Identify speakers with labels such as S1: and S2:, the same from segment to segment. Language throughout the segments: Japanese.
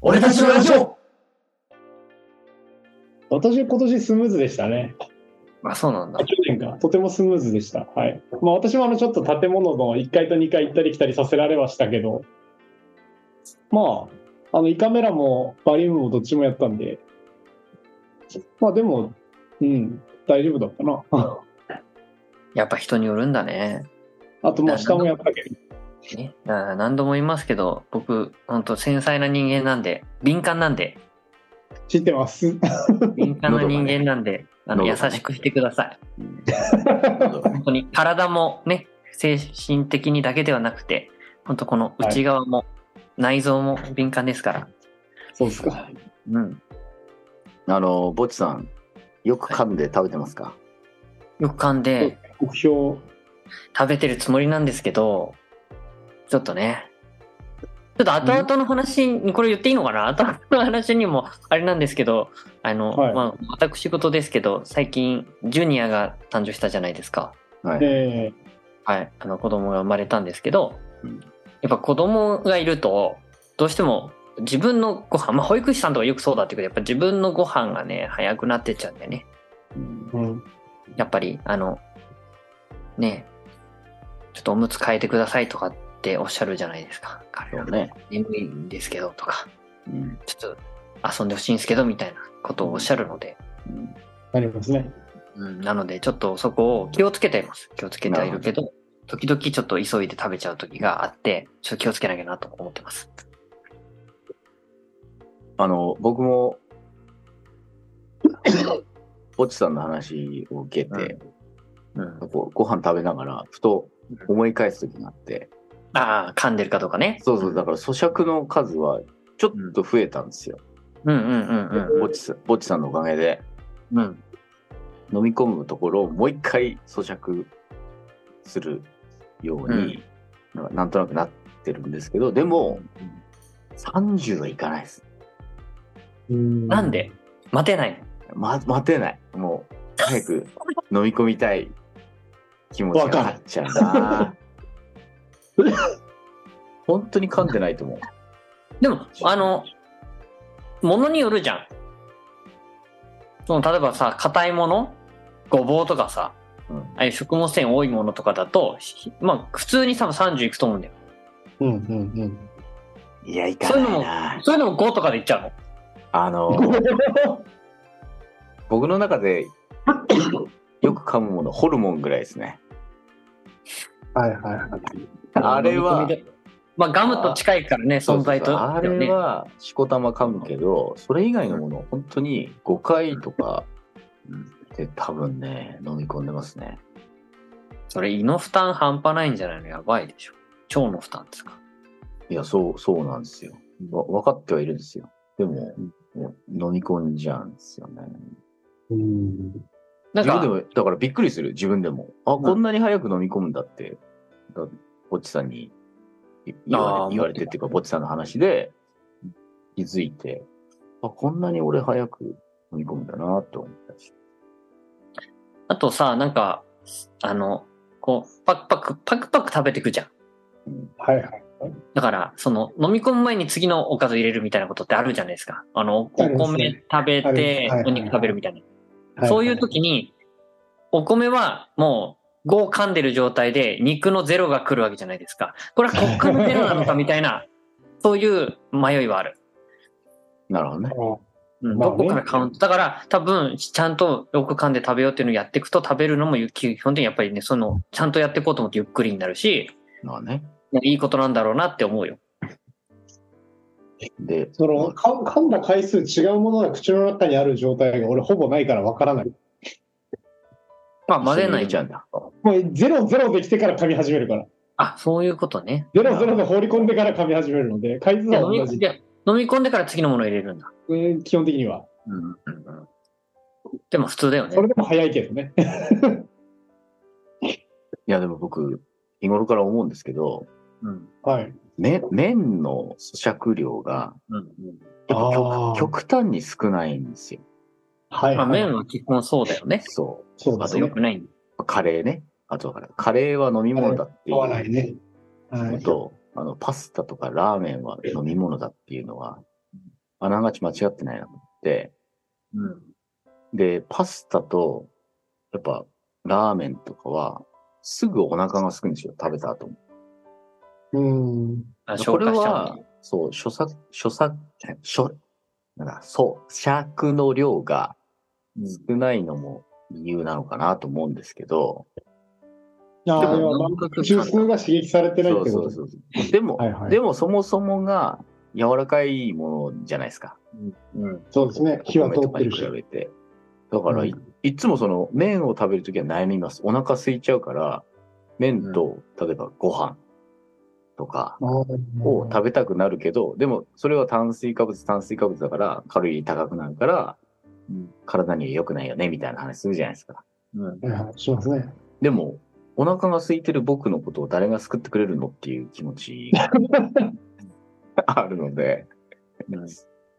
S1: 俺たちのラジオ
S2: 私、今年スムーズでしたね。
S1: あ、そうなんだ
S2: 去。年か。とてもスムーズでした。はい。まあ、私もあの、ちょっと建物の1階と2階行ったり来たりさせられましたけど、まあ、あの、胃カメラもバリウムもどっちもやったんで、まあ、でも、うん、大丈夫だったな。
S1: やっぱ人によるんだね。
S2: あと、まあ、下もやったけど。
S1: ね、な何度も言いますけど、僕、本当繊細な人間なんで、敏感なん で、
S2: 知って ます。
S1: 敏感な人間なんで、あの、
S3: 喉
S1: 優
S3: がね
S1: しくしてください。
S3: 喉がね
S1: 本当に体もね、精神的にだけではなくて、本当この内側も、内臓も敏感ですから。
S2: そうですか。
S1: うん。
S3: あの、ぼっちさん、よく噛んで食べてますか、
S1: よく噛んで、
S2: 目標、
S1: 食べてるつもりなんですけど、ちょっとね、ちょっと後々の話に、これ言っていいのかな後々の話にも、あれなんですけど、あの、
S2: はい
S1: まあ、私事ですけど、最近、ジュニアが誕生したじゃないですか。
S3: はい、
S2: え
S1: はい。あの、子供が生まれたんですけど
S3: うん、
S1: やっぱ子供がいると、どうしても自分のご飯、まあ、保育士さんとかよくそうだって言うけど、やっぱ自分のご飯がね、早くなってっちゃうんだよね。
S3: うん
S2: ーうん、
S1: やっぱり、あの、ねえちょっとおむつ変えてくださいとかっておっしゃるじゃないですか。彼
S3: そ
S1: ら
S3: うね。
S1: 眠いんですけどとか、
S3: うん
S1: ちょっと遊んでほしいんですけどみたいなことをおっしゃるので、
S3: うん
S2: なりますね。
S1: うん、なのでちょっとそこを気をつけています。気をつけてはいるけど、時々ちょっと急いで食べちゃう時があって、ちょっと気をつけなきゃなと思ってます。
S3: あの、僕も、 ぼっちさんの話を受けて、
S1: うん、あ
S3: こうご飯食べながら、ふと思い返す時があって、
S1: あ、噛んでるかどうかね。
S3: そうそう、だから咀嚼の数はちょっと増えたんですよ。
S1: うんうんうん
S3: ぼっちさんぼっちさんのおかげで、
S1: うん。うん。
S3: 飲み込むところをもう一回咀嚼するように、なんかなんとなくなってるんですけど、でも、30はいかないです。
S2: うん
S1: なんで待てない
S3: ま、待てない。もう、早く飲み込みたい気持ち
S2: わ
S3: が
S2: かる
S3: なっちゃうな。 本当に噛んでないと思う。
S1: でも、あの、ものによるじゃん。その例えばさ、硬いもの、ごぼうとかさ、
S3: うん
S1: ああいう食物繊維多いものとかだと、ひまあ、普通に多分30いくと思うんだよ。
S2: うんうん
S3: いや、いかないな。
S1: そういうのも5とかでいっちゃうの。
S3: あの、僕の中でよく噛むもの、ホルモンぐらいですね。
S2: うん。はいはいはい。
S3: あれは、
S1: まあ、ガムと近いからね、存在と。
S3: あ
S1: だよ
S3: れ
S1: ね、
S3: はしこたま噛むけど、それ以外のもの本当に5回とかで多分ね飲み込んでますね
S1: それ胃の負担半端ないんじゃないのやばいでしょ。腸の負担ですか。
S3: いやそうそうなんですよわ分かってはいるんですよでも,、もう飲み込んじゃうんですよね
S2: うん
S1: なん
S3: 自分
S1: か、
S3: でもだからびっくりする自分でもあ、こんなに早く飲み込むんだってだぼっちさんにい言
S1: あ
S3: わ
S1: ー
S3: れ言われてっていうかぼっちさんの話で気づいてあこんなに俺早く飲み込むんだなと思ったし
S1: あとさ、なんか、あの、こう、パクパク、パクパク食べてくじゃん。
S2: はいはい。
S1: だから、その、飲み込む前に次のおかず入れるみたいなことってあるじゃないですか。あの、お
S2: ありますね
S1: 米食べ
S2: あ
S1: て
S2: りますはいはいは、い
S1: お肉食べるみたいな。そういう時に、お米はもう、5を噛んでる状態で、肉のゼロが来るわけじゃないですか。これはこっからゼロなのかみたいな、 そういう迷いはある。
S3: なるほどね
S1: うん、
S2: まあ
S1: ど
S2: ね
S1: こからカウント。だから、多分、ちゃんとよく噛んで食べようっていうのをやっていくと、食べるのもゆ基本的にやっぱりね、その、ちゃんとやっていこうと思ってゆっくりになるし、
S3: まあね
S1: いいことなんだろうなって思うよ。
S3: で、
S2: そのか噛んだ回数違うものが口の中にある状態が俺ほぼないからわからない。
S1: まあ、混ぜ
S3: 一緒に
S1: な
S3: 入
S1: い
S3: ちゃうんだ。
S2: もうゼロゼロできてから噛み始めるから。
S1: あ、そういうことね。
S2: ゼロゼロで放り込んでから噛み始めるので、回数
S1: いや
S2: は
S1: 飲み
S2: 同
S1: い
S2: じ。
S1: や飲み込んでから次のもの入れるんだ。
S2: うん基本的には。
S3: うんうんうん
S1: でも普通だよね
S2: そ。れでも早いけどね。
S3: いや、でも僕、日頃から思うんですけど、
S1: うん
S2: はい。
S3: め麺の咀嚼量が
S1: うんうん
S3: やっぱ
S2: あー
S3: 極極端に少ないんですよ。
S2: はい、
S1: まあ、
S2: はい。
S1: 麺は基本そうだよね。
S3: そ
S2: そう
S1: あ
S2: で
S1: と
S2: す
S1: よ
S2: ね。
S1: くないんだ
S3: う。カレーね。あとだから、カレーは飲み物だってい
S2: 合わな
S3: う
S2: いね。は
S3: の
S2: い。
S3: と、あのパスタとかラーメンは飲み物だっていうのは、あながち間違ってないなと思って、
S1: うん。
S3: で、パスタと、やっぱ、ラーメンとかは、すぐお腹が空くんですよ、食べた後も。
S2: うん。
S1: あ
S3: こ
S1: 消
S3: れ
S1: 化しちゃう
S3: は
S1: ね。、
S3: そう、諸作、諸作、諸、なんだ、そう、尺の量が少ないのも理由なのかなと思うんですけど、
S2: ああ、
S1: でも
S2: 要は
S1: 満腹感
S2: 中枢が刺激されてない
S3: そ
S2: っ
S3: う
S2: て
S3: そ
S2: こと
S3: うそうそう。でも、
S2: はいはい
S3: でもそもそもが柔らかいものじゃないですか。
S1: うん。
S2: そうですね。火は通
S3: お米と
S2: っ
S3: か
S2: て
S3: に
S2: る
S3: 比
S2: し。
S3: べて。だからい、
S2: う
S3: いつもその麺を食べるときは悩みます。お腹空いちゃうから、麺と、例えばご飯とか
S2: ああ
S3: を食べたくなるけど、でもそれは炭水化物、炭水化物だから、カロリー高くなるから、体には良くないよね、みたいな話するじゃないですか。
S1: うん。
S2: はいはいしますね。
S3: でも、お腹が空いてる僕のことを誰が救ってくれるのっていう気持ちが あるので、
S1: うん。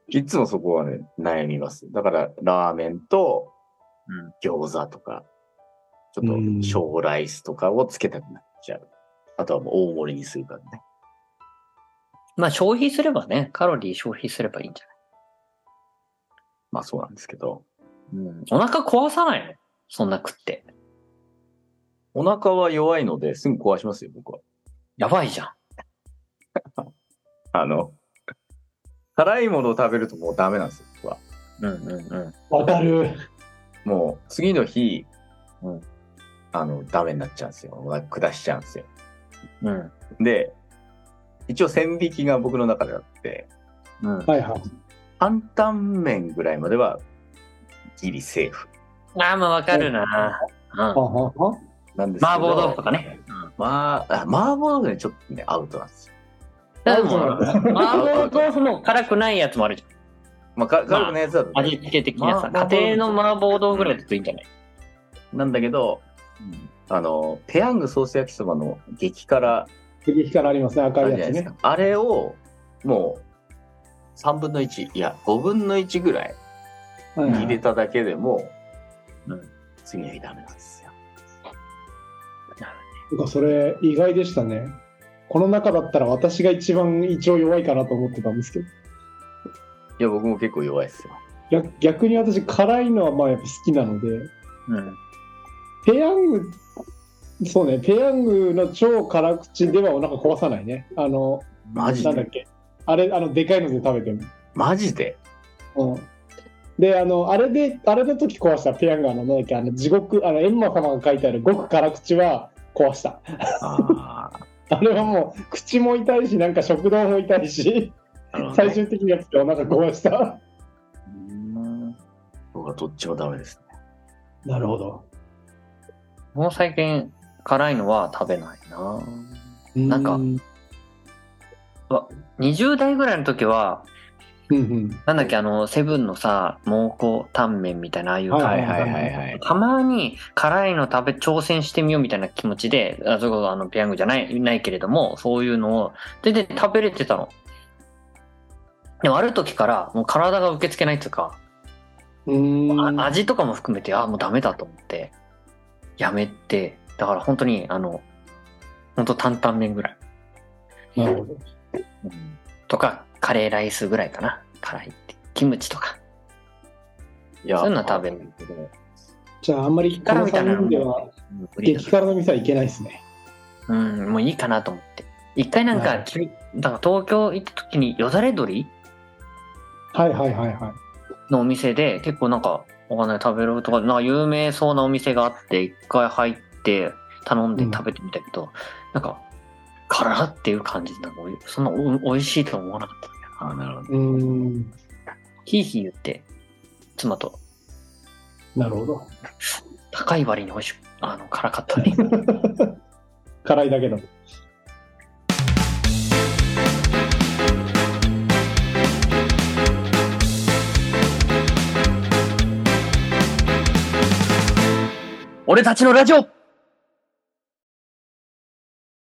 S3: いつもそこはね、悩みます。だから、ラーメンと
S1: うん
S3: 餃子とか、ち
S2: う
S3: ょっ
S2: ん
S3: と小ライスとかをつけたくなっちゃう。あとはもう大盛りにするからね。
S1: まあ消費すればね、カロリー消費すればいいんじ
S3: まあそうなんですけど。
S1: ゃない、お腹壊さないのそんな食って。
S3: お腹は弱いのですぐ壊しますよ、僕は。
S1: やばいじゃん。
S3: あの、辛いものを食べるともうダメなんですよ、僕は。
S1: うんうんうん。
S2: わかる。
S3: もう次の日、
S1: うん
S3: あの、ダメになっちゃうんですよ。お腹下しちゃうんですよ。
S1: うん。
S3: で、一応線引きが僕の中であって、
S1: うん。
S2: はいはい。
S3: 担々麺ぐらいまではギリセーフ
S1: ああ、まあわかるな。うん
S2: あ。はは
S3: なんですけど
S1: 麻婆豆腐とかね。
S3: まああ麻婆豆腐ねちょっとねアウトなんですよ
S1: で
S2: あ
S1: も、
S2: そうなんだ
S1: 麻婆豆腐も辛くないやつもあるじ
S3: まあか軽くのやつだとね、
S1: ゃん。味付け的なさ。
S3: 麻婆
S1: 家庭の麻婆豆腐ぐらいだといいんじゃない
S3: なんだけどあのペヤングソース焼きそばの激辛
S2: 次火からありますね。
S3: あ
S2: 赤
S3: る
S2: い
S3: じゃ
S2: や
S3: ない
S2: つ
S3: です
S2: ね
S3: か。あれをもう3分の1いや5分の1ぐらい
S2: はいは
S3: 入れ
S2: い
S3: ただけでも、
S1: うん
S3: 次の日ダメなんですよ
S2: てかそれ意外でしたね。この中だったら私が一番胃腸弱いかなと思ってたんですけど。
S3: いや僕も結構弱いですよ
S2: 逆逆に私辛いのはまあやっぱ好きなので。
S1: うん。
S2: ペヤング、そうね、ペヤングの超辛口ではお腹壊さないね。あの、
S3: マジ
S2: なんだっ
S3: で
S2: け。あれ、あの、でかいので食べて
S3: マジで
S2: も。うん。で、あの、あれで、あれの時壊したペヤングあの、なんだっけ、あの、地獄、あの、閻魔様が書いてあるごく辛口は壊した。
S3: あー
S2: あれはもう、口も痛いし、なんか食道も痛いし、
S3: なるほどね
S2: 最終的にやつでお腹壊した。
S3: 僕はどっちもダメです。
S2: なるほど。
S1: もう最近、辛いのは食べないな。
S2: なん
S1: か
S2: うん
S1: 20代ぐらいの時は、
S2: うん。
S1: なんだっけ、あの、セブンのさ、蒙古タンメンみたいな、ああいう
S2: はい
S1: 感
S3: は
S1: じ
S3: いはいはいはい。
S1: たまに辛いの食べ、挑戦してみようみたいな気持ちで、あそれこそあの、ペヤングじゃない、ないけれども、そういうのを、全然食べれてたの。でもある時から、もう体が受け付けないっていうか、
S2: うー
S1: あ
S2: ん。
S1: 味とかも含めて、あ、もうダメだと思って、やめて、だから本当に、あの、本当担々麺ぐらい。
S2: なるほど。
S1: とか、カレーライスぐらいかな。辛いって。キムチとか。
S3: いや
S1: そういうのは食べるけど、
S2: じゃあ、あんまりこの3人では、
S1: うん無理だ
S2: 激辛の店はいけないですね。
S1: うん、もういいかなと思って。一回なん
S2: は
S1: か、
S2: い
S1: きだから東京行った時によだれ鶏
S2: はいはいはいはい。
S1: のお店で結構なんか、わかんない食べログとかで、なんか有名そうなお店があって、一回入って頼んで食べてみたけど、なんか、辛っていう感じで、なんかおいそんなお美味しいとは思わなかったんだよ
S3: あなるほど。
S2: うーん、
S1: ヒーヒー言って、妻と、
S2: なるほど。
S1: 高い割に美味しく、あの、辛かったね。
S2: 辛いだけだ。
S1: 俺たちのラジオ